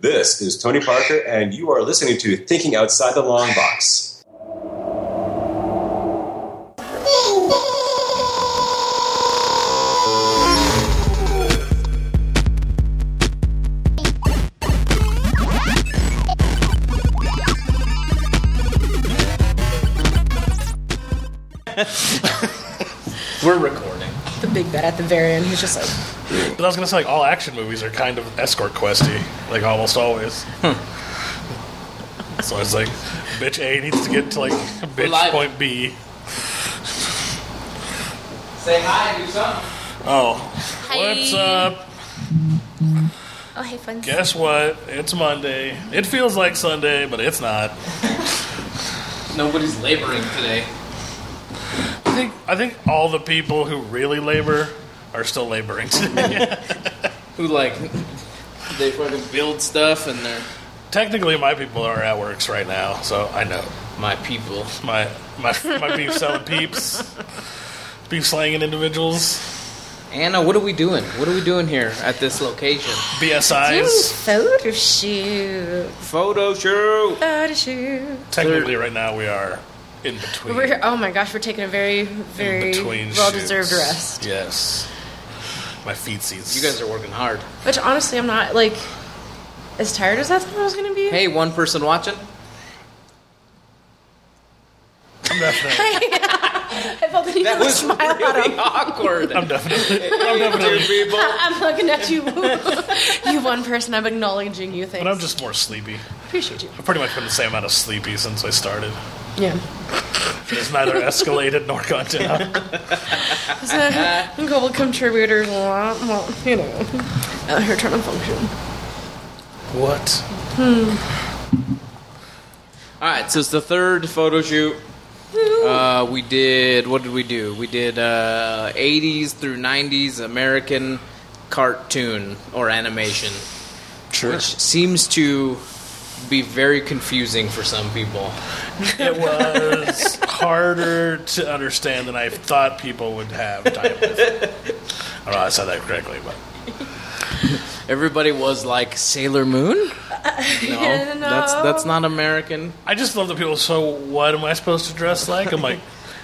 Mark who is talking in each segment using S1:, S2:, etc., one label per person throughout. S1: This is Tony Parker, and you are listening to Thinking Outside the Long Box.
S2: We're recording.
S3: The big bad at the very end, he's just like,
S2: But I was gonna say, like all action movies are kind of escort questy, like almost always. so it's like, bitch A needs to get to like bitch
S4: Hmm. live.
S2: point B.
S4: Say hi and do something.
S2: Oh, what's up?
S5: Oh, hey, fun.
S2: Guess what? It's Monday. It feels like Sunday, but it's not.
S4: Nobody's laboring today.
S2: I think I think all the people who really labor are still laboring today.
S4: Who like they fucking build stuff and they're
S2: Technically, my people are at works right now, so I know
S4: my people.
S2: my my my beef selling peeps, beef slanging individuals,
S4: Anna, what are we doing? What are we doing here at this location?
S2: BSIs.
S3: photo shoot,
S4: Photo shoot.
S3: photo shoot.
S2: Technically, right now we are in between.
S3: We're, oh my gosh, we're taking a very,
S2: in
S3: very
S2: between
S3: well-deserved
S2: shoots.
S3: rest.
S2: Yes. My feetsies.
S4: You guys are working hard.
S3: Which honestly, I'm not like as tired as I thought I was gonna be.
S4: Hey, one person watching.
S2: I'm definitely.
S3: I felt the need to smile at him.
S4: awkward.
S2: I'm definitely. I'm
S4: Two
S2: definitely.
S4: people.
S3: I'm looking at you, you one person. I'm acknowledging you. Thanks.
S2: But I'm just more sleepy.
S3: appreciate you.
S2: I've pretty much been the same amount of sleepy since I started.
S3: Yeah.
S2: It has neither escalated nor gone down.
S3: So,
S4: Uh-huh.
S3: a couple contributors, blah, blah, you know,
S4: Uh,
S3: out here trying to function.
S2: What?
S4: All right, so it's the third photo shoot. Uh, we did. What did we do? We did uh, 80s through 90s American cartoon or animation.
S2: Sure.
S4: seems to be very confusing for some people.
S2: It was harder to understand than I thought people would have time with. I don't know if I said that correctly, but
S4: Everybody was like Sailor Moon. No,
S3: no.
S4: that's that's not American.
S2: I just love that people. are So, what am I supposed to dress like? I'm like,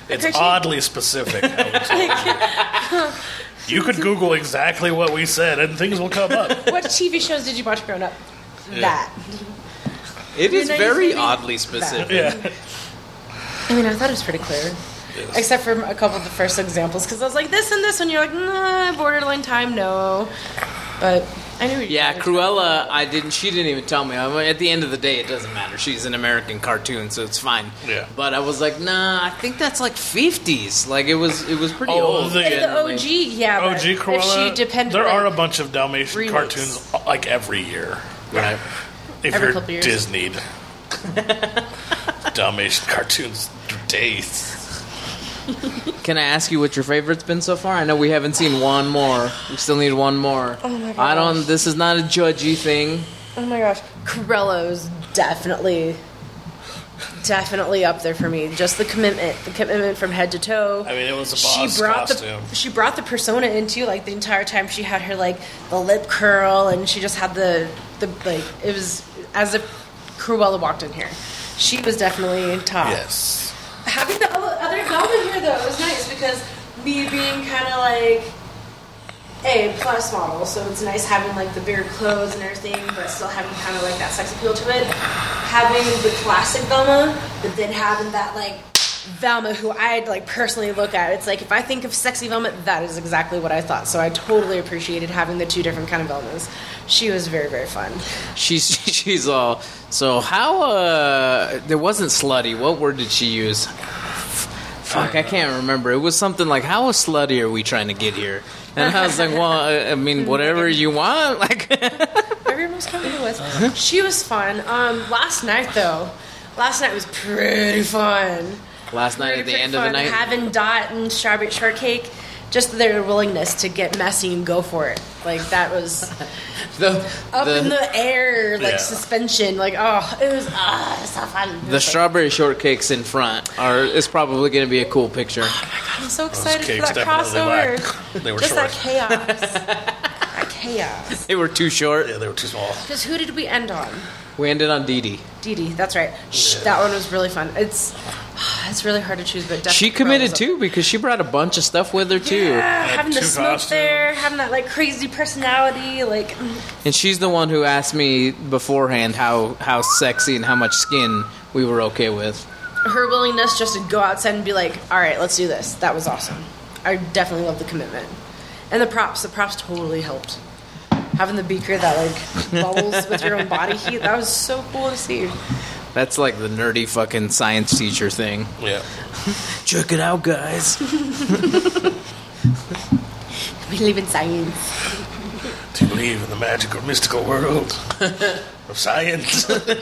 S2: it's
S3: Appreciate-
S2: oddly specific. I would say. you could Google exactly what we said, and things will come up.
S3: What TV shows did you watch growing up? That.
S4: It is
S3: You're not
S4: very
S3: using it?
S4: oddly specific.
S2: Yeah,
S3: I mean, I thought it was pretty clear. Except for a couple of the first examples, because I was like this and this, and you're like, nah, borderline time, no. But I knew. what you
S4: Yeah,
S3: were
S4: Cruella. I didn't. She didn't even tell me. I mean, at the end of the day, it doesn't matter. She's an American cartoon, so it's fine.
S2: Yeah.
S4: But I was like, nah. I think that's like fifties. Like it was. It was pretty
S2: Oh,
S4: old.
S2: the-
S3: talking about.
S4: generally.
S3: And the OG, yeah. but
S2: OG Cruella.
S3: If she depended,
S2: there
S3: like,
S2: are a bunch of Dalmatian
S3: remakes.
S2: cartoons like every year.
S4: Right.
S2: If
S3: Every
S2: you're
S3: couple years.
S2: Disneyed, Dalmatian cartoons days.
S4: Can I ask you what your favorite's been so far? I know we haven't seen one more. We still need one more. Oh
S3: my
S4: I
S3: gosh.
S4: don't. This is not a judgy thing.
S3: Oh my gosh, Cruella's definitely, definitely up there for me. Just the commitment, the commitment from head to toe.
S2: I mean, it was a boss costume.
S3: the she brought the persona in too. Like the entire time, she had her like the lip curl, and she just had the the like it was as if Cruella walked in here. She was definitely top.
S2: Yes.
S3: Having the o- other Velma here though was nice because me being kind of like a plus model, so it's nice having like the bigger clothes and everything, but still having kind of like that sex appeal to it. Having the classic Velma, but then having that like Velma who I'd like personally look at. It's like if I think of sexy Velma, that is exactly what I thought. So I totally appreciated having the two different kind of Velmas. She was very very fun.
S4: She's she's all. So how? uh There wasn't slutty. What word did she use? Fuck, I can't remember. It was something like, "How slutty are we trying to get here?" And I was like, "Well, I- I mean, whatever you want." Like,
S3: Whatever you're most comfortable with. She was fun. Um, last night though, last night was pretty fun.
S4: last night at
S3: Pretty,
S4: the
S3: pretty
S4: end of the
S3: fun.
S4: night,
S3: having Dot and Strawberry Shortcake, just their willingness to get messy and go for it. Like that was
S4: the
S3: up in
S4: the,
S3: the air, like
S2: Yeah.
S3: suspension. Like oh, it was ah, it was so fun. It
S4: the
S3: was like,
S4: strawberry shortcakes in front are is probably going to be a cool picture.
S3: I'm so
S2: Those
S3: excited for
S2: cakes
S3: that
S2: definitely
S3: crossover.
S2: lacked. They were
S3: Just
S2: short.
S3: that chaos. that chaos.
S4: They were too short.
S2: Yeah, they were too small.
S3: Because who did we end on?
S4: We ended on Dee Dee.
S3: Dee Dee. That's right. Shh, that one was really fun. It's it's really hard to choose, but Death
S4: She
S3: Row
S4: committed
S3: was a-
S4: too because she brought a bunch of stuff with her too.
S3: Yeah, having the
S2: two
S3: smoke
S2: costumes.
S3: there, having that like crazy personality, like
S4: And she's the one who asked me beforehand how how sexy and how much skin we were okay with.
S3: her willingness just to go outside and be like, "All right, let's do this." That was awesome. I definitely love the commitment and the props. The props totally helped. Having the beaker that like bubbles with your own body heat, that was so cool to see.
S4: That's like the nerdy fucking science teacher thing.
S2: Yeah.
S4: Check it out, guys.
S3: We live in science.
S2: Do you believe in the magical, mystical world of science?
S3: It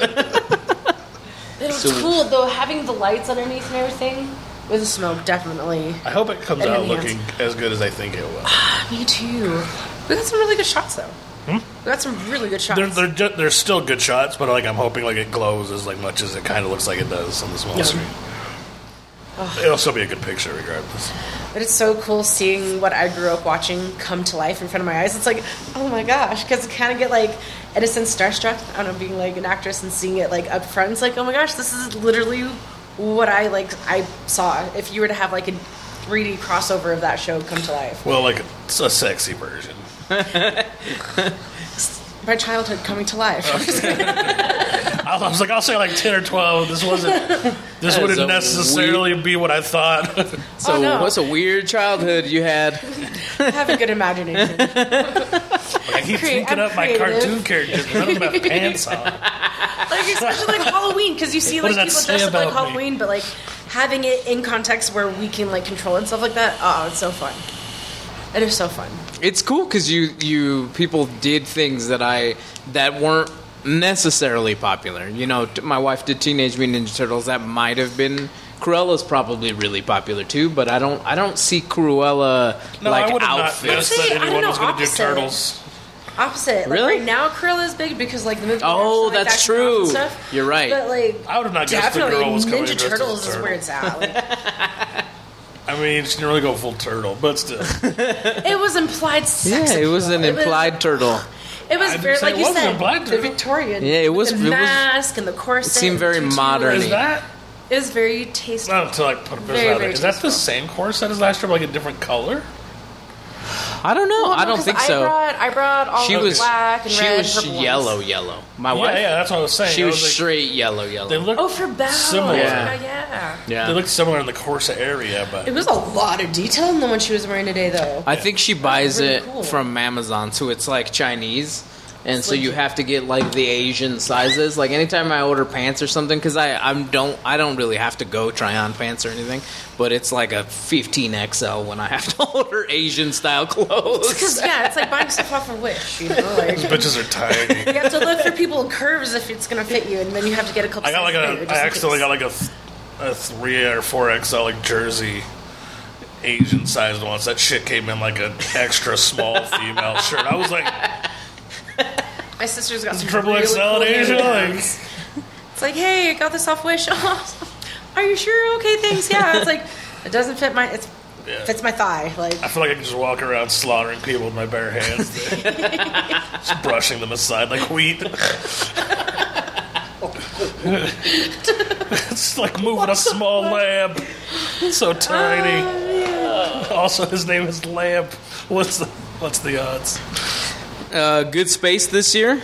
S3: was
S4: So-
S3: cool though, having the lights underneath and everything with the smoke. Definitely.
S2: I hope it comes
S3: And
S2: out
S3: enhance.
S2: looking as good as I think it will.
S3: Me too. We got some really good shots though. We got some really good shots.
S2: They're they're ju- they're still good shots, but like I'm hoping like it glows as like much as it kind of looks like it does on the small
S3: Yeah.
S2: screen. It'll still be a good picture regardless.
S3: But it's so cool seeing what I grew up watching come to life in front of my eyes. It's like, oh my gosh, because I kind of get like innocent starstruck. I don't know, being like an actress and seeing it like up front. It's like, oh my gosh, this is literally what I like. I saw. If you were to have like a 3D crossover of that show come to life,
S2: Well, like it's a sexy version.
S3: my childhood coming to life. Oh,
S2: I was like, I'll say like ten or twelve. This wasn't. This
S4: That is a
S2: wouldn't necessarily be what I thought.
S4: So
S3: Oh, no.
S4: what's a weird childhood you had?
S3: have a good imagination.
S2: I keep
S3: Create-
S2: thinking
S3: I'm
S2: up my
S3: creative.
S2: cartoon characters. but I don't have pants on.
S3: like especially like Halloween because you see
S2: What
S3: like
S2: does that
S3: people
S2: say
S3: dressed up like
S2: about me?
S3: Halloween, but like having it in context where we can like control and stuff like that. Oh, it's so fun. It is so fun.
S4: It's cool because you you people did things that I that weren't necessarily popular. You know, t- my wife did Teenage Mutant Ninja Turtles. That might have been Cruella's probably really popular too, but I don't I don't see Cruella
S2: No, I
S4: like
S2: would have not
S4: outfit.
S2: guessed that
S3: Actually, I
S2: anyone
S3: don't
S2: was
S3: know,
S2: going to do
S3: opposite.
S2: turtles.
S3: Opposite. Like,
S4: Really?
S3: Right now, Krill is big because like the movie.
S4: Oh,
S3: actually, like,
S4: that's
S3: that came out and
S4: true.
S3: stuff.
S4: You're right.
S3: But like,
S2: I would have not guessed the
S3: definitely
S2: girl was coming
S3: Ninja
S2: dressed as a
S3: Turtles is
S2: turtle.
S3: where it's at. Like,
S2: I mean, she didn't really go full turtle, but still.
S3: it was implied. Sex
S4: Yeah, it was
S3: appeal.
S4: an implied turtle.
S3: It was,
S2: I didn't
S3: it was very
S2: say
S3: like
S2: it
S3: you
S2: wasn't
S3: said
S2: implied
S3: the
S2: turtle.
S3: Victorian.
S4: Yeah, it
S3: with
S4: was-
S3: the
S4: it was-
S3: mask and the corset.
S4: seemed
S3: and
S4: very
S3: tutu.
S4: modern.
S2: Is that
S3: It was very tasteful.
S2: not until I put a
S3: Very,
S2: person out there?
S3: very
S2: Is that the same corset as last year, but like a different color?
S4: I don't know.
S3: Well,
S4: I
S3: Oh, no,
S4: don't
S3: 'cause
S4: think
S3: I
S4: so.
S3: Brought, I brought all
S4: she
S3: the
S4: was
S3: black and
S4: she
S3: red.
S4: was
S3: purple ones.
S4: yellow yellow. My wife.
S2: Yeah, yeah, that's what I was saying.
S4: She
S2: I
S4: was,
S2: like,
S4: straight yellow yellow.
S2: They look.
S3: Oh, for Belle.
S2: Similar.
S3: Yeah.
S4: Yeah.
S3: yeah.
S4: yeah.
S2: They look similar in the corset area, but
S3: It was a lot of detail in the one she was wearing today, though.
S4: I think she buys
S3: really
S4: it
S3: cool.
S4: from Amazon, so it's like Chinese. And so you have to get like the Asian sizes. Like anytime I order pants or something, because I I'm don't I don't really have to go try on pants or anything, but it's like a 15 XL when I have to order Asian style clothes.
S3: Because yeah, it's like buying stuff off of Wish. You know, like you
S2: bitches are tiny.
S3: have to look for people with curves if it's gonna fit you, and then you have to get a couple.
S2: I got like
S3: sizes
S2: a.
S3: bigger
S2: I
S3: just in
S2: accidentally
S3: case.
S2: got like a, th- a three or four XL like jersey, Asian sized ones. That shit came in like an extra small female shirt. I was like,
S3: My sister's got some
S2: Triple
S3: really
S2: XL in
S3: cool
S2: Asia,
S3: hand-me-downs.
S2: like-
S3: It's like, hey, I got this off Wish. Are you sure? Okay, thanks. Yeah. It's like it doesn't fit my. It's
S2: Yeah.
S3: fits my thigh. Like
S2: I feel like I can just walk around slaughtering people with my bare hands, just brushing them aside like wheat. it's like moving a small lamb. So tiny.
S3: Oh,
S2: Also, his name is Lamp. What's the What's the odds?
S4: Uh, good space this year.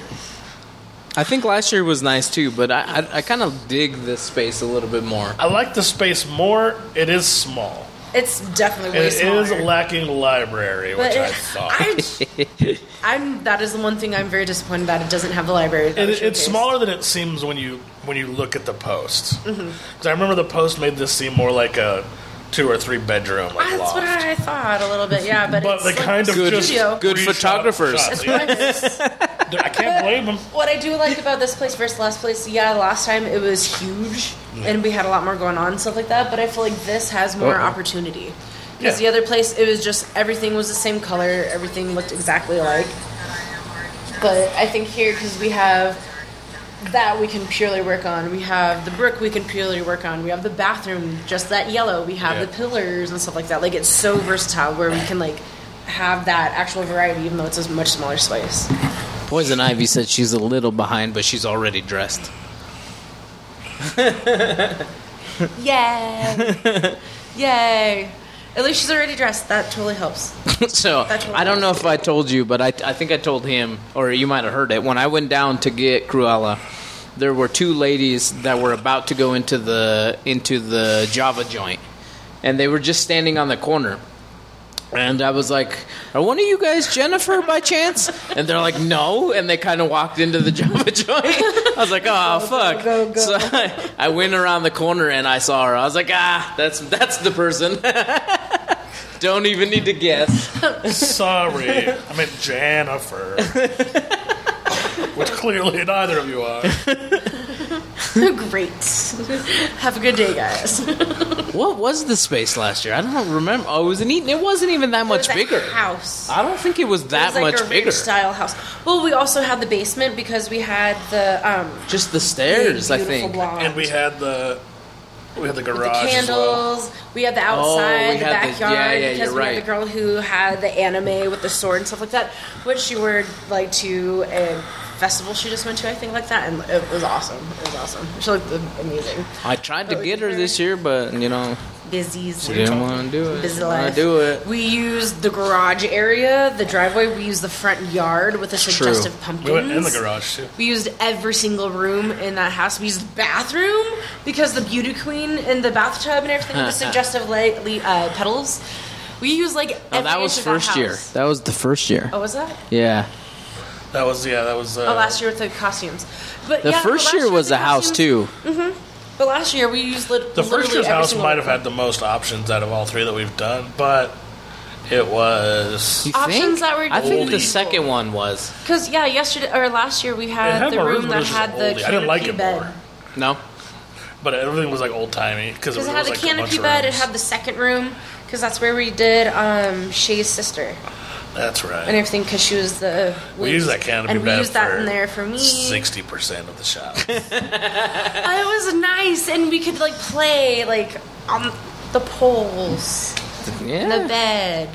S4: I think last year was nice too, but I I, I kind of dig this space a little bit more.
S2: I like the space more. It is small.
S3: it's definitely way
S2: It
S3: smaller.
S2: is lacking library, which
S3: But
S2: I
S3: it-
S2: thought.
S3: I'm- I'm. That is the one thing I'm very disappointed that it doesn't have the library. that
S2: It,
S3: was
S2: it's
S3: showcased.
S2: smaller than it seems when you when you look at the post. Because
S3: Mm-hmm.
S2: I remember the post made this seem more like a two or three bedroom like
S3: Ah, That's
S2: loft.
S3: what I thought a little bit. Yeah, but,
S2: but
S3: it's
S2: they
S3: like
S2: kind of
S4: Good-
S2: just
S3: studio.
S4: good
S2: reshot
S4: photographers.
S2: shots.
S3: It's
S2: Yeah.
S3: one of those-
S2: I can't blame them.
S3: What I do like about this place versus last place, yeah, last time it was huge and we had a lot more going on and stuff like that, but I feel like this has more
S4: Uh-oh.
S3: opportunity.
S2: Uh-huh.
S3: Because
S2: Yeah.
S3: the other place, it was just everything was the same color, everything looked exactly alike. But I think here, because we have that we can purely work on, we have the brick we can purely work on, we have the bathroom, just that yellow, we have
S2: Yeah.
S3: the pillars and stuff like that. Like it's so versatile where we can like have that actual variety, even though it's a much smaller space.
S4: Poison Ivy said she's a little behind, but she's already dressed.
S3: Yay! Yay! At least she's already dressed. That totally helps.
S4: so
S3: That's what
S4: I don't
S3: it
S4: know if I told you, but I, I think I told him, or you might have heard it. When I went down to get Cruella, there were two ladies that were about to go into the into the Java joint, and they were just standing on the corner. And I was like, "Are one of you guys Jennifer by chance?" And they're like, "No." And they kind of walked into the Java joint. I was like, "Oh fuck!"
S3: go, go.
S4: So I, I went around the corner and I saw her. I was like, "Ah, that's that's the person." Don't even need to guess.
S2: Sorry, I meant Jennifer. Which clearly neither of you are.
S3: Great. Have a good day, guys.
S4: What was the space last year? I don't remember. Oh, it was an Eaton. It wasn't even that much
S3: It was a
S4: bigger.
S3: house.
S4: I don't think it was
S3: It
S4: that
S3: was like
S4: much
S3: a
S4: bigger.
S3: Style house. Well, we also had the basement because we had the um,
S4: Just the stairs, I
S3: beautiful
S4: think.
S3: blonde.
S2: And we had the we had the
S3: With the
S2: garage as well.
S3: candles. We had the outside,
S4: Oh, we
S3: the
S4: had the-
S3: backyard.
S4: yeah, yeah,
S3: because
S4: you're
S3: we
S4: right.
S3: had the girl who had the anime with the sword and stuff like that, which she wore like to a festival she just went to, I think, like that, and it was awesome. It was awesome. She looked amazing.
S4: I tried to
S3: Oh,
S4: get
S3: you
S4: her
S3: heard.
S4: this year, but you know,
S3: Busy's
S4: she didn't want to do
S3: busy
S4: it. I
S3: life.
S4: do it.
S3: We used the garage area, the driveway. We used the front yard with the
S4: true.
S3: suggestive pumpkins.
S2: We went in the garage too.
S3: We used every single room in that house. We used the bathroom because the beauty queen and the bathtub and everything with the suggestive la- le- uh, petals. We used like every
S4: Oh, that was
S3: inch of
S4: first
S3: house.
S4: year. Uh, That was the first year.
S3: Oh, was that?
S4: Yeah,
S2: That was yeah. That was uh,
S3: Oh, last year with the costumes. But
S4: the
S3: yeah, but
S4: first
S3: last
S4: year was
S3: the
S4: a house
S3: costumes-
S4: too.
S3: But last year we used lit-
S2: The first
S3: literally
S2: year's
S3: every
S2: house
S3: single
S2: might have had the most options out of all three that we've done, but it was
S4: You
S3: Options
S4: think?
S3: that were
S4: I think the
S2: oldie.
S4: second one was
S3: Because yeah, yesterday or last year we
S2: It
S3: had,
S2: had
S3: the
S2: more
S3: room
S2: rooms, but it
S3: that
S2: was
S3: had
S2: just
S3: the
S2: oldie. I didn't like it
S3: canopy bed.
S2: more.
S4: no.
S2: but everything was like old timey because it,
S3: Because
S2: was
S3: it had the
S2: like a bunch
S3: canopy
S2: of
S3: bed, it
S2: rooms.
S3: had the second room, because that's where we did um, Shay's sister
S2: That's
S3: and
S2: right.
S3: everything, because she was the.
S2: We used that canopy
S3: and we
S2: bed
S3: used that
S2: for
S3: in there for me.
S2: Sixty percent of the shop.
S3: Uh, it was nice, and we could like play like on the poles, in the
S4: Yeah.
S3: bed.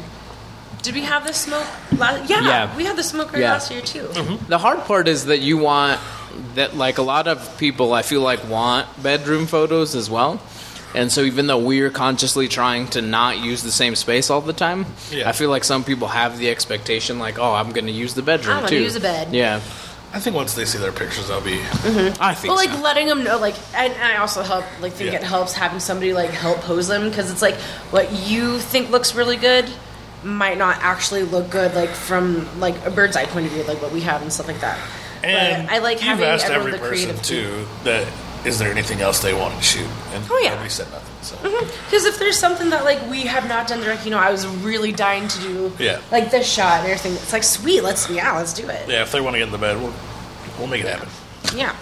S3: Did we have the smoke? Last- yeah,
S4: Yeah.
S3: we had the smoker
S4: Yeah.
S3: last year
S2: Oh,
S3: too.
S4: The hard part is that you want that like a lot of people I feel like want bedroom photos as well. And so even though we're consciously trying to not use the same space all the time,
S2: Yeah.
S4: I feel like some people have the expectation like, "Oh, I'm going to use the bedroom
S3: I'm gonna
S4: too."
S3: use the bed.
S4: Yeah.
S2: I think once they see their pictures, I'll be.
S4: I think
S3: Well, like
S4: so.
S3: letting them know, like, and, and I also help, like, think
S2: Yeah.
S3: it helps having somebody like help pose them because it's like what you think looks really good might not actually look good, like from like a bird's eye point of view, like what we have and stuff like that.
S2: And
S3: but I like
S2: you've
S3: having
S2: asked
S3: everyone
S2: every
S3: the
S2: person
S3: creative
S2: too that is there anything else they want to shoot, and
S3: Oh, yeah. Mm-hmm.
S2: nobody said nothing. So
S3: Because if there's something that like we have not done direct, you know, I was really dying to do,
S2: Yeah.
S3: like this shot and everything. It's like sweet, let's yeah, let's do it,
S2: yeah, if they want to get in the bed, we'll we'll make it happen.
S3: yeah.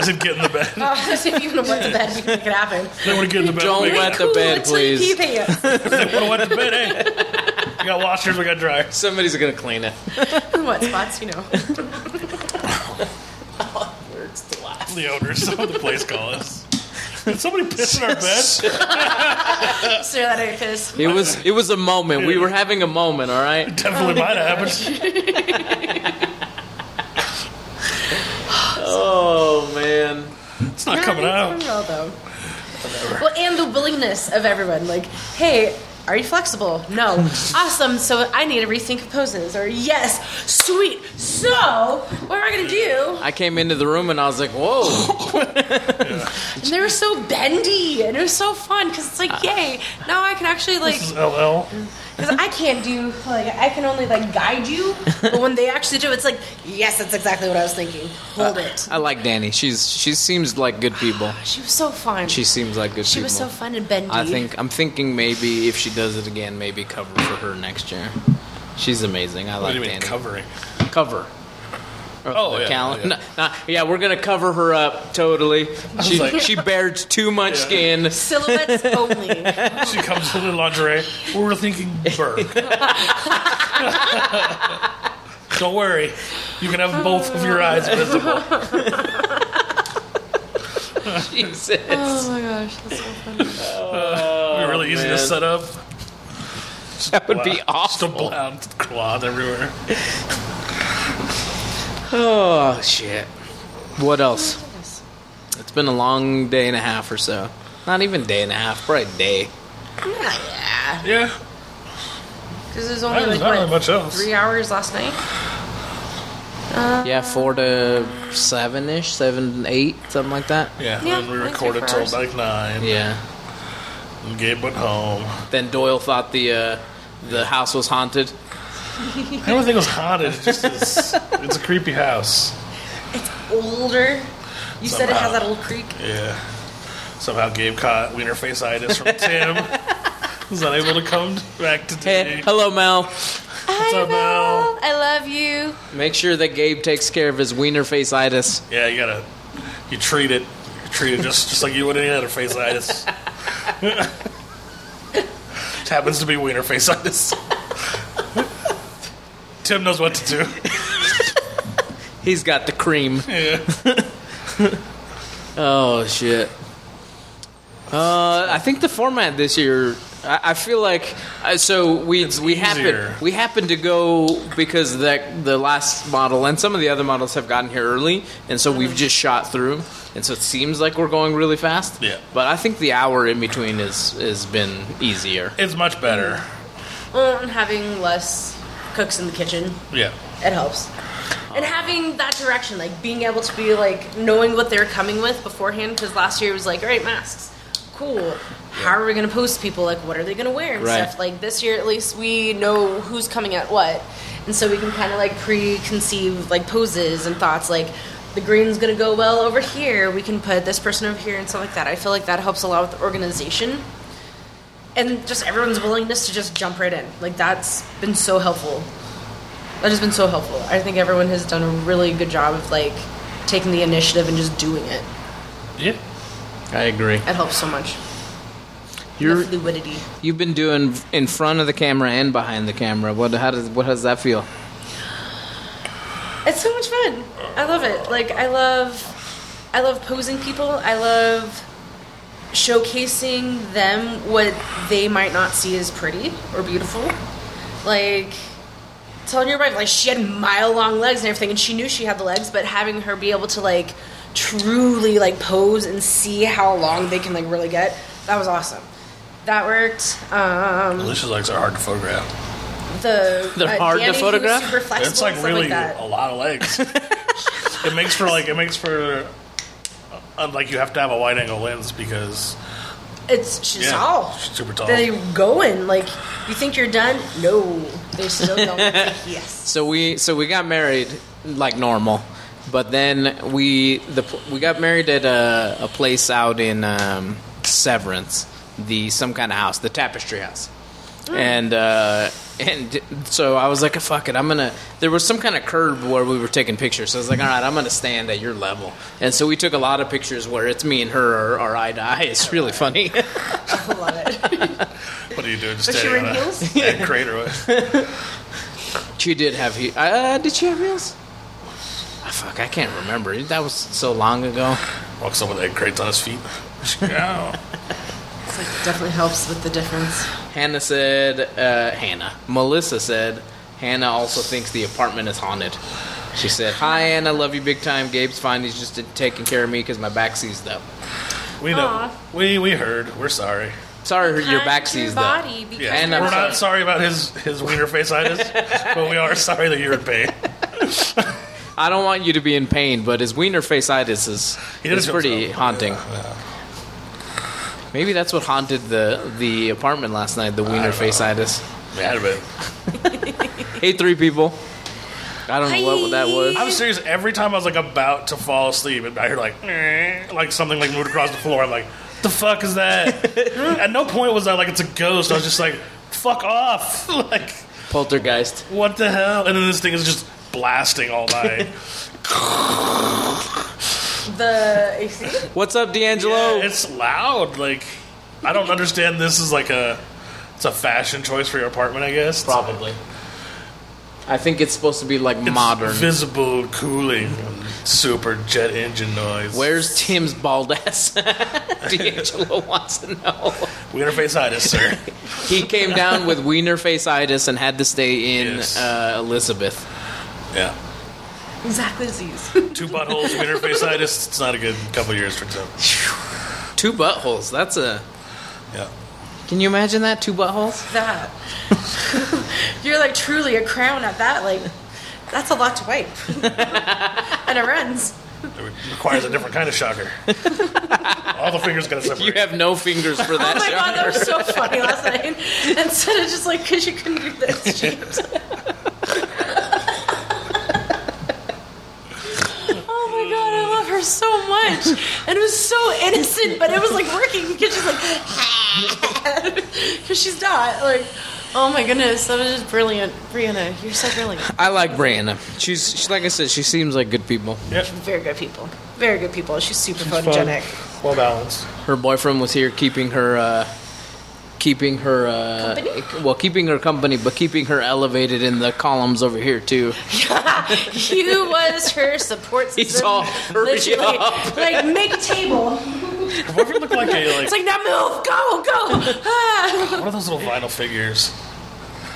S2: I said get in the bed.
S3: Uh, if you want to wet the bed, we can make it happen.
S2: they want to get in the bed.
S4: Don't
S2: make it
S4: let the bed,
S3: It's like pee
S4: please.
S3: pants.
S2: happen. They want to wet the bed. Hey, we got washers, we got dryers.
S4: Somebody's going to clean it.
S3: What spots, you know?
S2: the owners of the place call us. Did somebody piss in our bed?
S3: Stir that out, piss.
S4: It was it was a moment. We were having a moment, all right?
S2: Definitely might have happened.
S4: Oh, man.
S2: It's not coming
S3: Yeah, it's
S2: out.
S3: coming out, though. Well, and the willingness of everyone, like, hey, are you flexible? No. awesome. So I need to rethink poses. Or yes, sweet. So what am I gonna do?
S4: I came into the room and I was like, "Whoa."
S3: And they were so bendy, and it was so fun because it's like, yay! Now I can actually like,
S2: This is LL.
S3: because I can't do like I can only like guide you, but when they actually do, it's like, yes, that's exactly what I was thinking. Hold
S2: Uh,
S3: it.
S4: I like Danny. She's she seems like good people.
S3: She was so fun.
S4: She seems like good
S3: she
S4: people.
S3: was so fun and bendy.
S4: I think I'm thinking maybe if she does it again, maybe cover for her next year. She's amazing. I
S2: What
S4: like
S2: do you mean
S4: Danny.
S2: covering?
S4: cover.
S2: Oh,
S4: The
S2: yeah,
S4: calendar.
S2: yeah.
S4: No, no, yeah, we're gonna cover her up totally. She
S2: like-
S4: she bared too much
S2: Yeah.
S4: skin.
S3: silhouettes only.
S2: She comes with her lingerie. We're thinking Berg. Don't worry. You can have both of your eyes visible.
S4: Jesus.
S3: Oh my gosh, that's so funny.
S2: It'll be really easy to
S4: Oh, man.
S2: set up.
S4: That would be awful.
S2: Stumble out cloth everywhere.
S4: Oh shit. What else? It's been a long day and a half or so. Not even day and a half, probably a day.
S3: yeah.
S2: Yeah.
S3: Because there's
S2: Well,
S3: only
S2: there's
S3: like
S2: not really
S3: what,
S2: much else.
S3: three hours last night.
S4: Yeah, four to seven ish, seven eight, something like that.
S2: Yeah,
S3: Yeah,
S2: and we
S3: only three
S2: recorded till
S3: hours.
S2: like nine.
S4: Yeah.
S2: And Gabe went home.
S4: Then Doyle thought the uh, the house was haunted.
S2: Everything was haunted. It's just this, it's a creepy house.
S3: Older. You said it
S2: Somehow.
S3: has that old creek.
S2: Yeah. Somehow Gabe caught wiener face itis from Tim. Was unable to come back
S4: Hey,
S2: today.
S4: hello Mel.
S3: What's
S2: up, Mel?
S3: I love you.
S4: Make sure that Gabe takes care of his wiener face itis.
S2: Yeah, you gotta you treat it. You treat it just just like you would any other face itis. it happens to be wiener face itis. Tim knows what to do.
S4: He's got the cream.
S2: Yeah.
S4: Oh shit. Uh, I think the format this year. I, I feel like uh, so we we
S2: easier.
S4: happen we happen to go because that the last model and some of the other models have gotten here early, and so we've just shot through, and so it seems like we're going really fast.
S2: Yeah.
S4: But I think the hour in between is has been easier.
S2: It's much better.
S3: Well, and Oh, having less cooks in the kitchen,
S2: Yeah.
S3: it helps. And having that direction, like being able to be like knowing what they're coming with beforehand, because last year it was like, all right, masks, cool. How are we gonna post people? Like, what are they gonna wear and
S4: Right.
S3: stuff? Like this year, at least we know who's coming at what, and so we can kind of like preconceive like poses and thoughts. Like the green's gonna go well over here. We can put this person over here and stuff like that. I feel like that helps a lot with the organization and just everyone's willingness to just jump right in. Like that's been so helpful. That has been so helpful. I think everyone has done a really good job of like taking the initiative and just doing it.
S2: Yeah.
S4: I agree.
S3: It helps so much.
S4: You're
S3: the fluidity.
S4: you've been doing in front of the camera and behind the camera. What how does what how does that feel?
S3: It's so much fun. I love it. Like I love I love posing people. I love showcasing them what they might not see as pretty or beautiful. Like telling your wife like she had mile long legs and everything and she knew she had the legs but having her be able to like truly like pose and see how long they can like really get that was awesome that worked um
S2: Alicia's legs are hard to photograph.
S3: the uh,
S4: They're hard to
S3: Danny, who was
S4: photograph?
S3: super flexible
S2: It's like
S3: and stuff
S2: really
S3: that.
S2: a lot of legs. it makes for like it makes for uh, like you have to have a wide angle lens because
S3: It's she's
S2: Yeah,
S3: tall.
S2: she's super tall.
S3: They going like you think you're done? No, they still don't. think yes.
S4: So we so we got married like normal, but then we the pl- we got married at a, a place out in um, Severance, the some kind of house, the Tapestry House, and uh, and so I was like, fuck it, I'm gonna. There was some kind of curb where we were taking pictures, so I was like, all right, I'm gonna stand at your level, and so we took a lot of pictures where it's me and her are, are eye to eye. It's really funny.
S3: I love it.
S2: what are you doing? Just
S3: Was she
S2: standing
S3: wearing
S2: on a-
S3: heels?
S2: yeah, crater. with-
S4: She did have he. Uh, did she have heels? Ah, fuck, I can't remember. That was so long ago.
S2: Walks up with egg crates on his feet. Yeah.
S3: It's like, definitely helps with the difference.
S4: Hannah said, uh, Hannah. Melissa said, Hannah also thinks the apartment is haunted. She said, Hi, Anna, love you big time. Gabe's fine. He's just taking care of me because my back seized up.
S2: We
S3: Aw.
S2: know. We we heard. We're sorry.
S4: Sorry, your back
S3: Your
S4: seized up.
S3: body because
S2: Yeah.
S4: And
S2: we're
S4: I'm
S2: not sorry. about his his wiener face itis, but we are sorry that you're in pain.
S4: I don't want you to be in pain, but his wiener face itis is,
S2: He did
S4: is
S2: it
S4: pretty
S2: himself.
S4: haunting. Maybe that's what haunted the, the apartment last night, the wiener face itis.
S2: Mad about it.
S4: Hey, three people. I don't know what that was.
S2: I'm serious. Every time I was like about to fall asleep, and I heard like "Eh," like something like moved across the floor. I'm like, the fuck is that? At no point was I like it's a ghost. I was just like, fuck off. like
S4: Poltergeist.
S2: what the hell? And then this thing is just blasting all night.
S3: the AC.
S4: What's up, D'Angelo?
S2: Yeah, it's loud. Like I don't understand. This is like a it's a fashion choice for your apartment, I guess.
S4: Probably. I think it's supposed to be like
S2: It's
S4: modern.
S2: visible cooling. And super jet engine noise.
S4: Where's Tim's bald ass? D'Angelo wants to know.
S2: Wiener face itis, sir.
S4: He came down with wiener faciitis and had to stay in
S2: Yes.
S4: uh, Elizabeth.
S2: yeah.
S3: Exact disease.
S2: Two buttholes, wiener face itis. It's not a good couple years for Tim.
S4: Two buttholes. That's a.
S2: Yeah.
S4: Can you imagine that? Two buttholes?
S3: that. You're like truly a crown at that. Like, that's a lot to wipe. and it runs.
S2: It re- requires a different kind of shocker. All the fingers gotta separate.
S4: You have no fingers for that.
S3: Oh my god, that
S4: John.
S3: was so funny last night. Instead of just like, because you couldn't do this. she was- Oh my god, I love her so much. And it was so innocent, but it was like working because she's like, because she's not. Like, oh my goodness, that was just brilliant. Brianna, you're so brilliant.
S4: I like Brianna. She's she, like I said. She seems like good people.
S3: Very good people. Very good people. She's super photogenic.
S2: Well balanced.
S4: Her boyfriend was here keeping her. Uh, Keeping her, uh,
S3: Company?
S4: well, keeping her company, but keeping her elevated in the columns over here too.
S3: He was her support system.
S4: He's all, "Hurry
S3: literally.
S4: up."
S3: Like, make a table.
S2: Her boyfriend looked like a like,
S3: It's like, now move, go, go. Ah.
S2: one of those little vinyl figures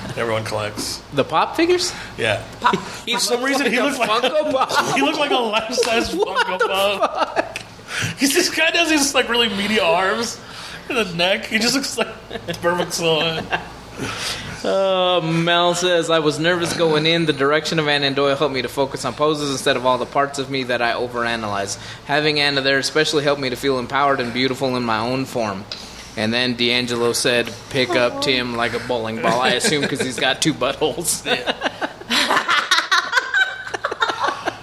S2: that everyone collects.
S4: The pop figures?
S2: Yeah.
S4: For
S2: some reason, he looked like-
S4: Funko Pop.
S2: He looked like a life size Funko Pop. He's this guy does these like really meaty arms and a neck. He just looks like the perfect someone.
S4: Uh, Mel says, I was nervous going in. The direction of Anna and Doyle helped me to focus on poses instead of all the parts of me that I overanalyze. Having Anna there especially helped me to feel empowered and beautiful in my own form. And then D'Angelo said, pick up Tim like a bowling ball, I assume, because he's got two buttholes.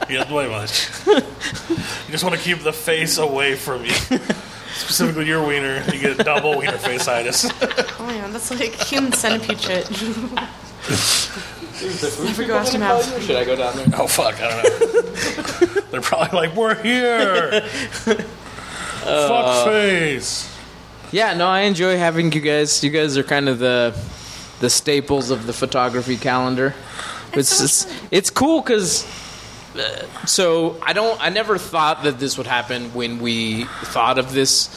S2: He doesn't weigh much. You just want to keep the face away from you. Specifically your wiener. You get double wiener face itis.
S3: Oh my god, that's like human centipede shit.
S4: Never
S3: go ask him out.
S4: Should I go down there?
S2: Oh fuck, I don't know. They're probably like, We're here.
S4: Uh,
S2: fuck face.
S4: Yeah, no, I enjoy having you guys. You guys are kind of the the staples of the photography calendar. It's
S3: so much
S4: just- it's cool because so I don't I never thought that this would happen when we thought of this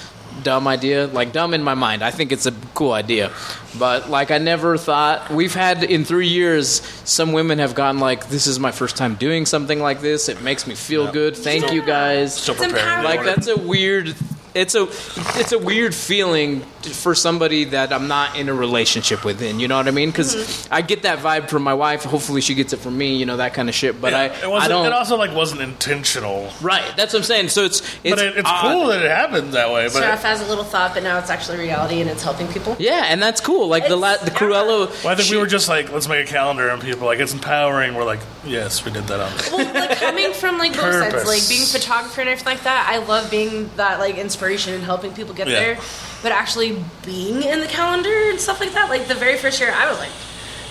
S4: dumb idea like dumb in my mind I think it's a cool idea but like I never thought we've had in 3 years some women have gone like this is my first time doing something like this it makes me feel good thank you guys
S2: Still preparing.
S4: like that's a weird it's a it's a weird feeling for somebody that I'm not in a relationship with. In you know what I mean? Because I get that vibe from my wife. Hopefully, she gets it from me. You know that kind of shit. But I
S2: it
S4: I
S2: wasn't
S4: don't
S2: it also like wasn't intentional.
S4: right. That's what I'm saying. So it's it's,
S2: but it, it's
S4: odd.
S2: cool that it happened that way. But
S3: Seraph has a little thought, but now it's actually reality and it's helping people.
S4: Yeah, and that's cool. Like the la-
S3: It's-
S4: the Cruello.
S2: Well, I think
S4: she-
S2: we were just like, let's make a calendar, and people are like, it's empowering. We're like, yes, we did that on.
S3: Well, like coming from like both sides,
S2: Purpose.
S3: like being a photographer and everything like that, I love being that like inspiration and helping people get
S2: Yeah.
S3: there. But actually being in the calendar and stuff like that, like the very first year, I was like,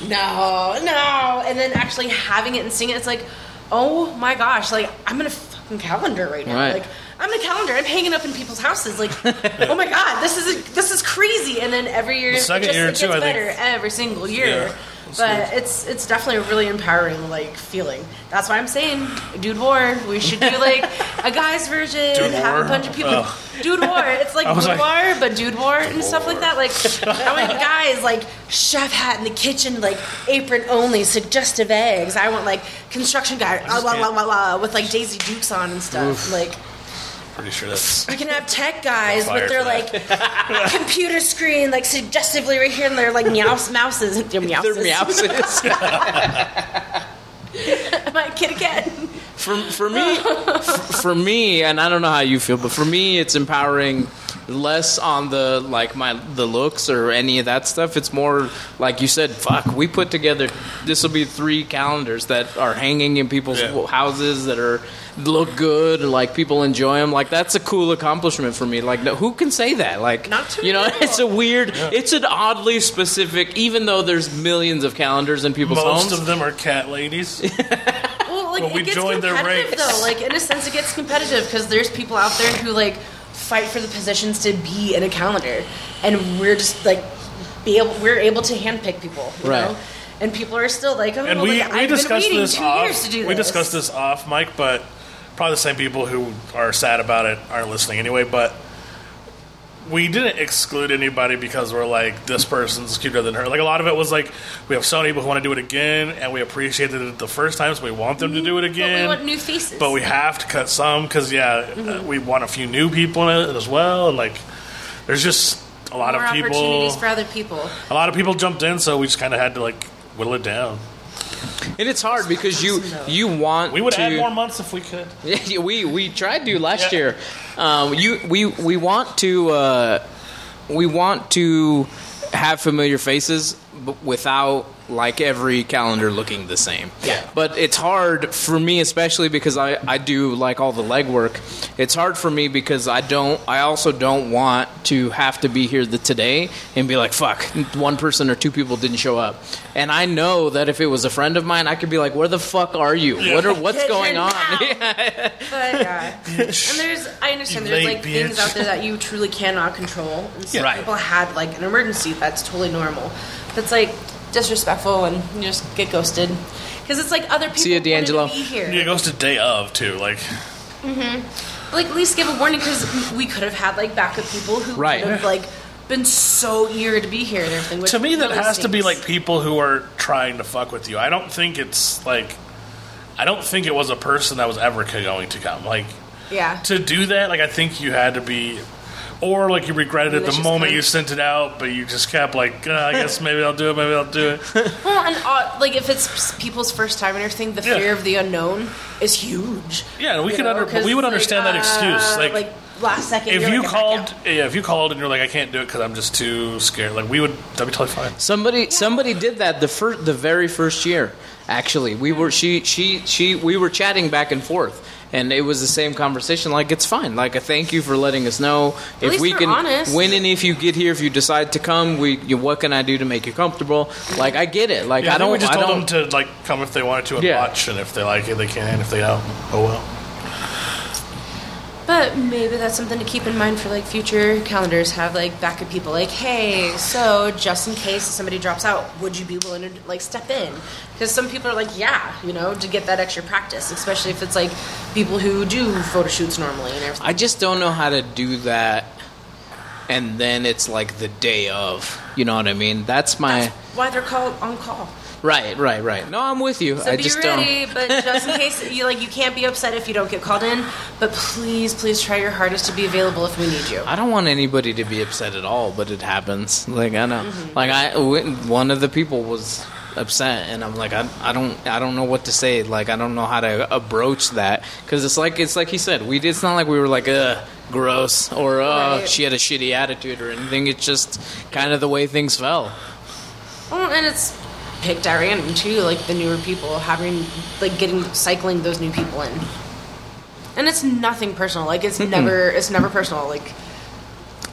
S3: no, no, and then actually having it and seeing it, it's like, oh my gosh, like I'm in a fucking calendar right now,
S4: Right.
S3: like. I'm in a calendar. I'm hanging up in people's houses. Like, oh my god, this is a, this is crazy. And then every year,
S2: The
S3: it
S2: second
S3: just
S2: year,
S3: it
S2: too, I
S3: gets
S2: think-
S3: better every single year
S2: Yeah.
S3: but it's it's definitely a really empowering like feeling. That's why I'm saying, dude war. We should do like a guy's version.
S2: Dude
S3: have
S2: war?
S3: a bunch of people.
S2: Oh.
S3: Dude war. It's like
S2: I was
S3: dude
S2: like-
S3: war, but dude war and stuff like that. Like I want guys like chef hat in the kitchen, like apron only, suggestive eggs. I want like construction guy, la
S2: just
S3: la la
S2: can't-
S3: la la, with like Daisy Dukes on and stuff. Like
S2: Pretty sure that's.
S3: we can have tech guys
S2: Fire
S3: with their
S2: for
S3: like computer screen, like suggestively right here, and they're like meows, mouses, they're meows.
S4: their meowses.
S3: My kid again.
S4: for for me, for, for me, and I don't know how you feel, but for me, it's empowering. Less on the like my the looks or any of that stuff. It's more like you said. Fuck, we put together. This will be three calendars that are hanging in people's
S2: Yeah.
S4: houses that are look good. Like people enjoy them. Like that's a cool accomplishment for me. Like no, who can say that? Like
S3: Not too
S4: you know,
S3: many
S4: it's a weird. It's an oddly specific. Even though there's millions of calendars in people's
S2: Most
S4: homes,
S2: of them are cat ladies.
S3: Well,
S2: Well,
S3: like it
S2: we
S3: gets
S2: joined their
S3: competitive
S2: ranks.
S3: though. Like in a sense, it gets competitive because there's people out there who like fight for the positions to be in a calendar, and we're just like be able we're able to handpick people, you
S4: Right.
S3: know. And people are still like, oh,
S2: and
S3: well,
S2: we,
S3: like,
S2: we
S3: I've been
S2: discussed
S3: waiting
S2: this
S3: two
S2: off.
S3: years to do this.
S2: We discussed this off, Mike, but probably the same people who are sad about it aren't listening anyway. But we didn't exclude anybody because we're like this person's cuter than her. Like a lot of it was like we have so many people who want to do it again, and we appreciated it the first time, so we want them to do it
S3: But
S2: again.
S3: we want Mm-hmm. new faces.
S2: But we have to cut some because yeah, uh, we want a few new people in it as well, and like there's just a lot
S3: more
S2: of people.
S3: opportunities for other people.
S2: a lot of people jumped in, so we just kind of had to like whittle it down.
S4: And it's hard because you you want
S2: We would
S4: to,
S2: add more months if we could.
S4: Yeah, we we tried to last
S2: Yeah.
S4: year. Um, you we we want to uh, we want to have familiar faces, but without like every calendar looking the same.
S3: Yeah.
S4: But it's hard for me, especially because I I do like all the legwork. It's hard for me because I don't. I also don't want to have to be here the today and be like fuck. One person or two people didn't show up, and I know that if it was a friend of mine, I could be like, where the fuck are you? What are what's
S3: Get here
S4: going on?
S3: now. But yeah, and there's I understand
S2: You
S3: there's
S2: late
S3: like things
S2: bitch.
S3: out there that you truly cannot control. And some
S4: Yeah. Right.
S3: people had like an emergency that's totally normal. That's like disrespectful and you just get ghosted because it's like other people
S4: See ya,
S3: wanted
S4: D'Angelo.
S3: to be here.
S2: Yeah, it goes to day of too. Like
S3: Like at least give a warning because we could have had like backup people who
S4: Right.
S3: would have like been so eager to be here and everything. which
S2: to me, that
S3: really
S2: has to be
S3: stinks.
S2: like people who are trying to fuck with you. I don't think it's like I don't think it was a person that was ever going to come. Like
S3: yeah.
S2: to do that, like I think you had to be. Or like you regretted it the
S3: Malicious
S2: moment
S3: cunt.
S2: you sent it out, but you just kept like, "Uh, I guess maybe I'll do it, maybe I'll do it.
S3: Well, and uh, like if it's people's first time and everything, the
S2: Yeah.
S3: fear of the unknown is huge.
S2: Yeah, we
S3: You
S2: could
S3: know,
S2: under,
S3: 'cause
S2: but we would
S3: it's
S2: understand
S3: like,
S2: that excuse.
S3: uh,
S2: Like,
S3: last second,
S2: if
S3: you're
S2: you
S3: like, "I can't."
S2: called, yeah, if you called and you're like, I can't do it because I'm just too scared. Like we would, that'd be totally fine.
S4: Somebody somebody did that the first the very first year. Actually, we were she she she we were chatting back and forth. And it was the same conversation. Like it's fine. Like a thank you for letting us know if
S3: least
S4: we
S3: they're
S4: can
S3: honest.
S4: when and if you get here. If you decide to come, we you, what can I do to make you comfortable? Like I get it. Like
S2: Yeah, think
S4: I don't.
S2: We just
S4: I
S2: told
S4: don't.
S2: them to like come if they wanted to and
S4: Yeah.
S2: watch, and if they like it, they can. and If they don't, oh well.
S3: But maybe that's something to keep in mind for like future calendars. Have like backup people, like, hey, so just in case somebody drops out, would you be willing to like step in? Because some people are like, yeah, you know, to get that extra practice, especially if it's like people who do photo shoots normally and everything.
S4: I just don't know how to do that. And then it's like the day of. You know what I mean? That's my
S3: Why they're called on call.
S4: right, right, right. No, I'm with you.
S3: So
S4: I
S3: be
S4: just
S3: ready,
S4: don't.
S3: but just in case you like, you can't be upset if you don't get called in. But please, please try your hardest to be available if we need you.
S4: I don't want anybody to be upset at all, but it happens. Like I know,
S3: Mm-hmm.
S4: like I w- one of the people was upset, and I'm like, I, I don't, I don't know what to say. Like I don't know how to approach that because it's like it's like he said, we it's not like we were like, uh, gross or uh,
S3: Right.
S4: she had a shitty attitude or anything. It's just kind of the way things fell.
S3: Well, and it's picked at random too, like the newer people having like getting cycling those new people in. And it's nothing personal. Like it's never it's never personal. Like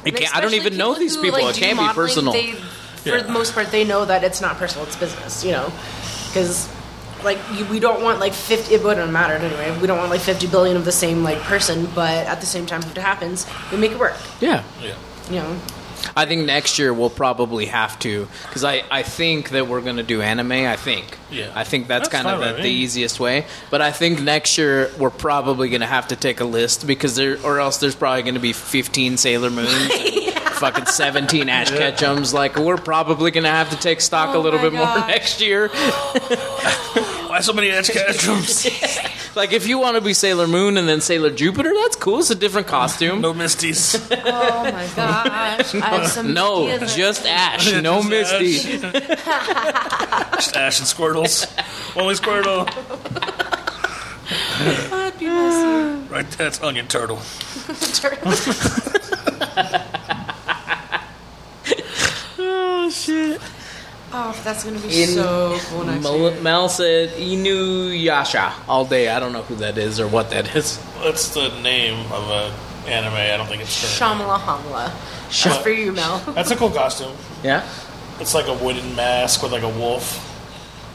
S4: It can't, I don't
S3: especially
S4: even know these
S3: who,
S4: people.
S3: like,
S4: it
S3: do
S4: can't be
S3: modeling,
S4: personal.
S3: They, for
S2: Yeah.
S3: the most part, they know that it's not personal. It's business. You know, because like you, we don't want like fifty. It wouldn't have mattered anyway. We don't want like fifty billion of the same like person. But at the same time, if it happens, we make it work.
S4: yeah.
S2: Yeah.
S3: You know.
S4: I think next year we'll probably have to because I, I think that we're gonna do anime. I think.
S2: Yeah.
S4: I think that's,
S2: That's
S4: kind of
S2: fine
S4: the,
S2: by
S4: the
S2: me.
S4: easiest way. But I think next year we're probably gonna have to take a list because there or else there's probably gonna be 15 Sailor Moons, and fucking 17 Ash Ketchums. Like we're probably gonna have to take stock a
S3: Oh
S4: little
S3: my
S4: bit more
S3: gosh.
S4: next year.
S2: Why so many edge drums?
S4: Like if you want to be Sailor Moon and then Sailor Jupiter, that's cool. It's a different costume.
S2: No misties.
S3: Oh my gosh! I have some
S4: No,
S3: ideas.
S4: just Ash. No
S2: Just Ash.
S4: Misty.
S2: Just Ash and Squirtles. Only Squirtle.
S3: I'd be messy.
S2: Right, that's Onion Turtle.
S3: Turtle.
S4: Oh shit.
S3: Oh, that's gonna be
S4: In
S3: so cool next year.
S4: Mal, Mal said Inuyasha all day. I don't know who that is or what that is.
S2: What's the name of a anime? I don't think it's. her.
S3: Shamala Hamla.
S4: Sha-
S3: That's for you, Mel.
S2: That's a cool costume.
S4: Yeah.
S2: It's like a wooden mask with like a wolf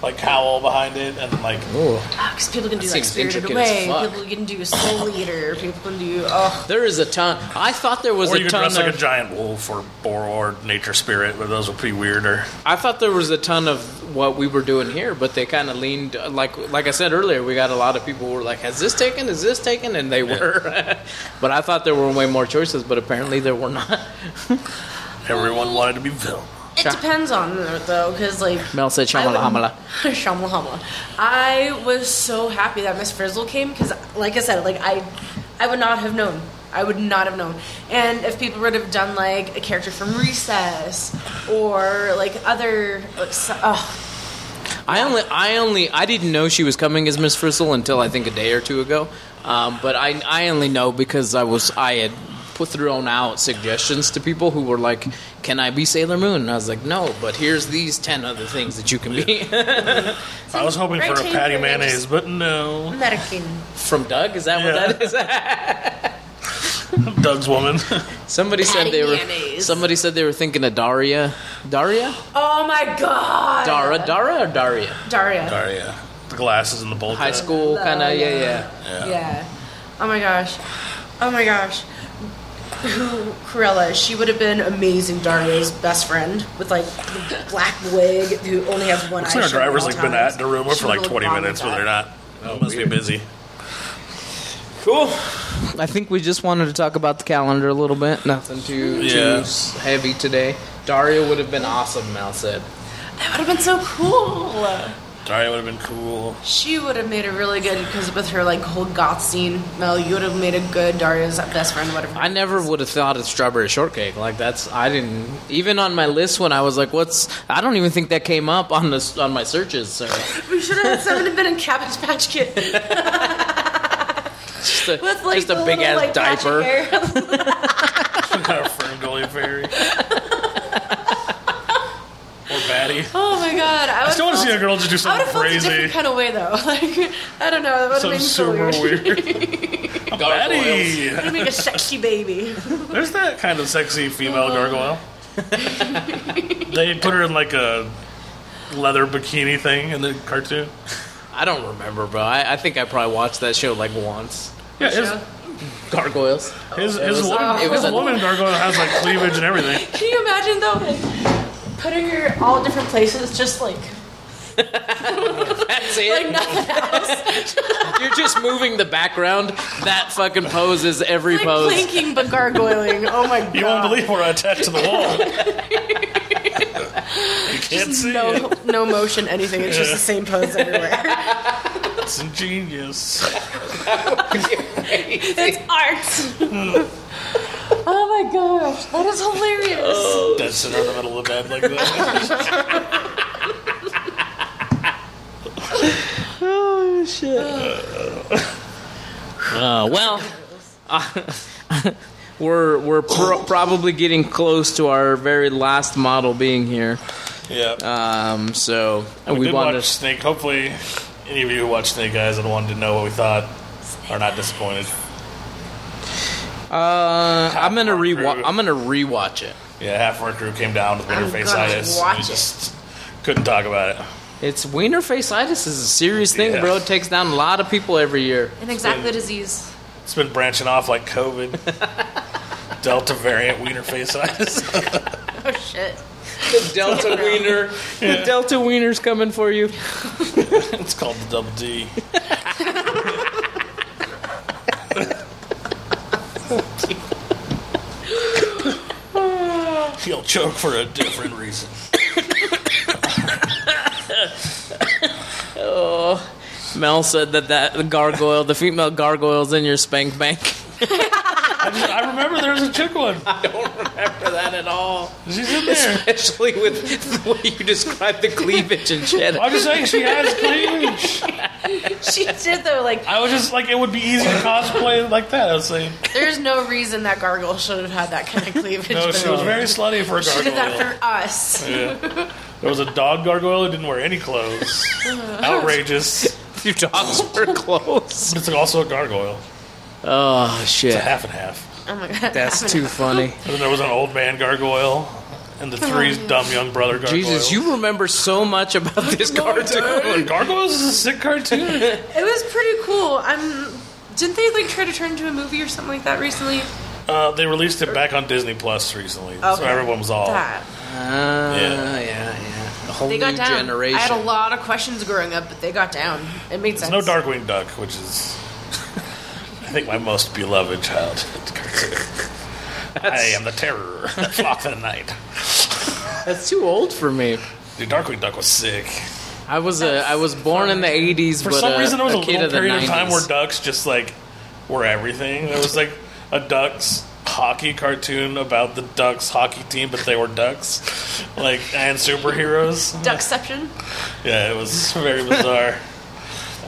S2: like cowl behind it, and like
S4: Ooh.
S3: Because Ah, people can do like
S4: seems
S3: Spirited
S4: intricate as
S3: Away,
S4: fuck.
S3: people can do Soul Eater, people can do oh,
S4: There is a ton. I thought there was
S2: or
S4: a
S2: you could
S4: ton
S2: dress
S4: of.
S2: like a giant wolf or boar or nature spirit, but those would be weirder.
S4: I thought there was a ton of what we were doing here, but they kind of leaned like like I said earlier. We got a lot of people who were like, "Has this taken? Is this taken?" And they were, but I thought there were way more choices, but apparently there were not.
S2: Everyone wanted to be Vilma.
S3: it
S4: Sha-
S3: depends on it though, because like
S4: Mel said,
S3: I
S4: "Shamala
S3: would-
S4: hamala."
S3: Shamala hamala. I was so happy that Miss Frizzle came because, like I said, like I, I would not have known. I would not have known. And if people would have done like a character from Recess or like other, like, so, oh,
S4: I only, I only, I didn't know she was coming as Miss Frizzle until I think a day or two ago. Um, but I, I only know because I was, I had put thrown out suggestions to people who were like, "Can I be Sailor Moon?" And I was like, "No, but here's these ten other things that you can be."
S2: I was hoping for a
S3: Protein
S2: patty
S3: and
S2: mayonnaise,
S3: just-
S2: but no.
S3: American.
S4: From Doug, is that what that
S2: Doug's woman.
S4: is? somebody said they were.
S3: Patty mayonnaise.
S4: Somebody said they were thinking of Daria, Daria,
S3: Oh my god.
S4: Dara, Dara, or Daria.
S3: Daria.
S2: Daria. The glasses and the bowl
S4: High
S2: cut.
S4: school kind of, yeah, yeah.
S3: Yeah. Oh my gosh. Oh my gosh. Who Corella? She would have been amazing. Daria's best friend with like the black wig, who only has one
S2: Looks
S3: eye.
S2: like our
S3: showing
S2: driver's
S3: at
S2: like
S3: all
S2: been
S3: times.
S2: at Daruma
S3: She
S2: for
S3: would
S2: like
S3: have
S2: 20
S3: looked bomb
S2: minutes,
S3: with
S2: but they're
S3: that.
S2: not. Oh, must be busy.
S4: Cool. I think we just wanted to talk about the calendar a little bit. Nothing too
S2: Yeah.
S4: too s- heavy today. Daria would have been awesome. Mal said.
S3: That would have been so cool.
S2: Daria would have been cool.
S3: She would have made a really good because with her like whole goth scene, Mel, you would have made a good Daria's best friend. Would have.
S4: I never would have thought of strawberry shortcake. Like that's I didn't even on my list when I was like, what's I don't even think that came up on the on my searches. So
S3: We should have had someone have been in Cabbage Patch Kid
S4: just a,
S3: with like
S4: just a
S3: the
S4: big
S3: little,
S4: ass
S3: like, patch of
S4: diaper.
S3: hair.
S2: Some kind of Ferngully fairy. or Batty.
S3: oh my god! I,
S2: I still want to see a girl just do
S3: I
S2: something
S3: would have felt a
S2: crazy.
S3: different kind of way though. Like I don't know, that would have
S2: Something
S3: been so
S2: super
S3: weird.
S2: weird. A Batty!
S3: I'd make a sexy baby.
S2: There's that kind of sexy female gargoyle. they put her in like a leather bikini thing in the cartoon.
S4: I don't remember, bro. I, I think I probably watched that show like once.
S2: Yeah, his
S4: Gargoyles.
S2: his,
S4: It
S2: his,
S4: was-
S2: woman,
S4: it was
S2: his
S4: a-
S2: woman gargoyle has like cleavage and everything.
S3: Can you imagine though, like putting her all different places, just like
S4: That's it. You're just moving the background. That fucking pose is every
S3: like
S4: pose.
S3: planking but gargoyling. Oh my god!
S2: You won't believe we're attached to the wall. you can't see it.
S3: No, no motion, anything. It's just the same pose everywhere.
S2: It's ingenious.
S3: it's art.
S2: Hmm.
S3: oh my gosh, that is hilarious.
S4: Oh,
S2: Dead center in the middle of the bed like that.
S4: Uh, well, uh, we're we're pro- probably getting close to our very last model being here.
S2: Yeah.
S4: Um, so we,
S2: we did
S4: want
S2: watch
S4: to.
S2: Snake. Hopefully, any of you who watched Snake Eyes and wanted to know what we thought are not disappointed.
S4: Uh, I'm gonna
S2: Half-Life
S4: rewatch.
S2: Crew.
S4: I'm gonna rewatch it.
S2: Yeah, half of our crew came down with
S3: I'm
S2: interface-itis.
S3: gonna watch
S2: We
S3: it.
S2: just couldn't talk about it.
S4: It's wiener faciitis is a serious thing,
S2: Yeah.
S4: bro. It takes down a lot of people every year.
S3: An exactly disease.
S2: It's been branching off like COVID. Delta variant wiener faciitis.
S3: Oh shit.
S4: The Delta wiener, the Delta wiener's coming for you.
S2: it's called the double D. He'll choke for a different reason.
S4: Mel said that that the gargoyle, the female gargoyle's in your spank bank.
S2: I, just, I remember there was a chick one.
S4: Remember that at all?
S2: She's in there.
S4: Especially with the way you describe the cleavage and shit.
S2: I'm just saying she has cleavage.
S3: She did though. Like,
S2: I was just like, it would be easy to cosplay like that. I was saying,
S3: there's no reason that gargoyle should have had that kind of cleavage.
S2: no,
S3: but
S2: she was very slutty for a
S3: She did that
S2: gargoyle.
S3: for us.
S2: Yeah. There was a dog gargoyle who didn't wear any clothes. Outrageous.
S4: Your dogs were close.
S2: But it's also a gargoyle.
S4: Oh
S2: It's a
S4: shit.
S2: half and half.
S3: Oh my god.
S4: That's too funny.
S2: And then there was an old man gargoyle. And and the
S3: Oh,
S2: three dumb young brother gargoyles.
S4: Jesus, you remember so much about this
S2: Dude,
S4: cartoon.
S2: Gargoyles is a sick cartoon.
S4: Uh,
S3: It was pretty cool. I'm. Didn't they like try to turn into a movie or something like that recently?
S2: uh, they released it back on Disney Plus recently, so
S3: Okay.
S2: everyone was all.
S3: That.
S4: Ah,
S2: Yeah.
S4: yeah, yeah. A whole
S3: They
S4: new
S3: got down.
S4: generation.
S3: I had a lot of questions growing up, but they got down. It made sense.
S2: There's no Darkwing Duck, which is, I think, my most beloved childhood cartoon. I am the terror that flocks at night.
S4: That's too old for me.
S2: Dude, Darkwing Duck was sick.
S4: I was a I was born in the eighties,
S2: For
S4: but
S2: some
S4: a,
S2: reason, there was a,
S4: a kid
S2: little
S4: of the
S2: period of time
S4: 90s.
S2: where ducks just like were everything. There was like a ducks hockey cartoon about the ducks hockey team, but they were ducks, like and superheroes.
S3: Duckception.
S2: Yeah, it was very bizarre.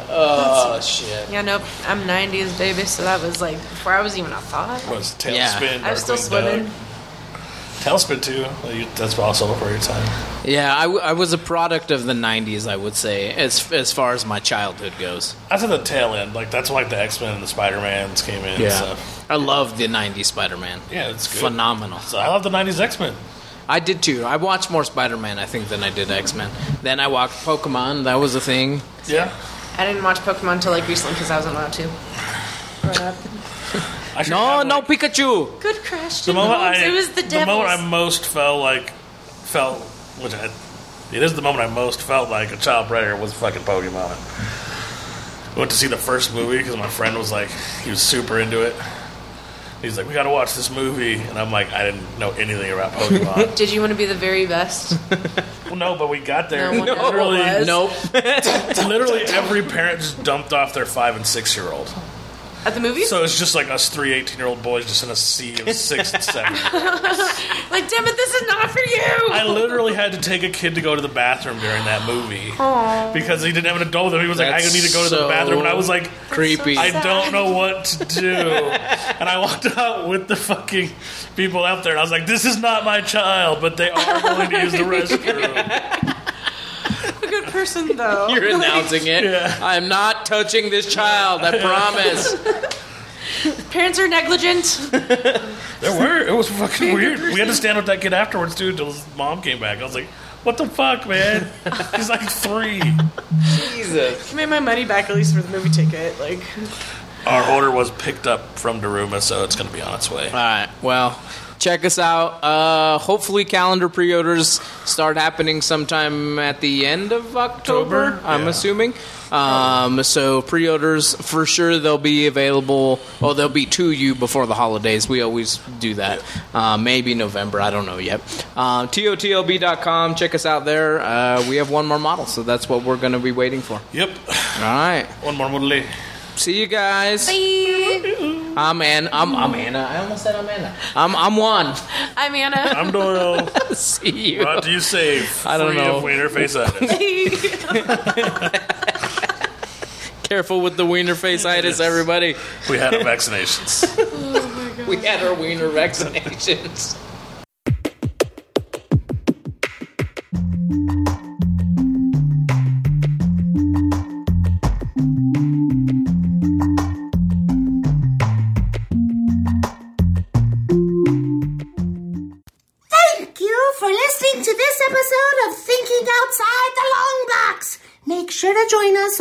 S4: Oh shit!
S3: Yeah, nope. I'm 90s baby, so that was like before I was even a thought.
S2: It was Tailspin?
S4: Yeah.
S3: I was still
S2: Darkwing
S3: swimming.
S2: Duck. Tailspin too. Well, you- That's also before your time.
S4: Yeah, I, w- I was a product of the nineties, I would say, as as far as my childhood goes.
S2: That's at the tail end. Like that's when like the X Men and the Spider Mans came in. and stuff.
S4: I love the nineties Spider Man.
S2: Yeah, it's good.
S4: Phenomenal.
S2: So I love the '90s X Men.
S4: I did too. I watched more Spider Man, I think, than I did X Men. Then I watched Pokemon. That was a thing.
S2: Yeah.
S3: I didn't watch Pokemon until like recently because I wasn't allowed to. Growing up.
S2: I should
S4: No,
S2: have,
S4: no
S2: like,
S4: Pikachu.
S3: Good Christian
S2: The moment I,
S3: it was the
S2: the moment I
S3: devil's.
S2: most felt like felt, which I, it is the moment I most felt like a child predator was fucking Pokemon. I went to see the first movie because my friend was like, he was super into it. He's like, we gotta watch this movie, and I'm like, I didn't know anything about Pokemon.
S3: Did you want to be the very best?
S2: well, no, but we got there.
S3: No one ever
S2: literally,
S3: was.
S4: Nope.
S2: literally every parent just dumped off their five and six year old.
S3: At the movies?
S2: So it's just like us three 18 year old boys just in a sea of six and seven.
S3: like, damn it, this is not for you!
S2: I literally had to take a kid to go to the bathroom during that movie because he didn't have an adult with him. He was like, "I
S4: That's
S2: need to go to the
S4: so
S2: bathroom," and I was like,
S4: Creepy.
S2: "I don't know what to do." and I walked out with the fucking people out there, and I was like, "This is not my child," but they are willing to use the restroom.
S3: a good person, though.
S4: You're announcing it.
S2: Yeah.
S4: I'm not touching this child. I promise.
S3: Parents are negligent.
S2: There were. It was fucking weird. We had to stand with that kid afterwards too until his mom came back. I was like, "What the fuck, man?" He's like three.
S4: Jesus.
S3: Give me my money back at least for the movie ticket. Like,
S2: Our order was picked up from Daruma, so it's going to be on its way.
S4: All right. Well, check us out. Uh, hopefully, calendar pre-orders start happening sometime at the end of October.
S2: October?
S4: I'm
S2: Yeah.
S4: assuming. Um, so pre-orders for sure they'll be available. Well, they'll be to you before the holidays. We always do that. Uh, maybe November. I don't know yet. Uh, totlb.com. Check us out there. Uh, we have one more model, so that's what we're going to be waiting for.
S2: Yep.
S4: All right.
S2: One more model.
S4: See you guys. I'm Anna. I'm, I'm Anna. I almost said I'm Anna. I'm I'm Juan.
S3: I'm Anna.
S2: I'm Doyle.
S4: See you.
S2: Brought to you safe.
S4: I don't
S2: free
S4: know.
S2: Of wiener face itis.
S4: Careful with the wiener faceitis, everybody.
S2: We had our vaccinations.
S4: We had our wiener vaccinations.
S6: Thank you for listening to this episode of Thinking Outside the Long Box. Make sure to join us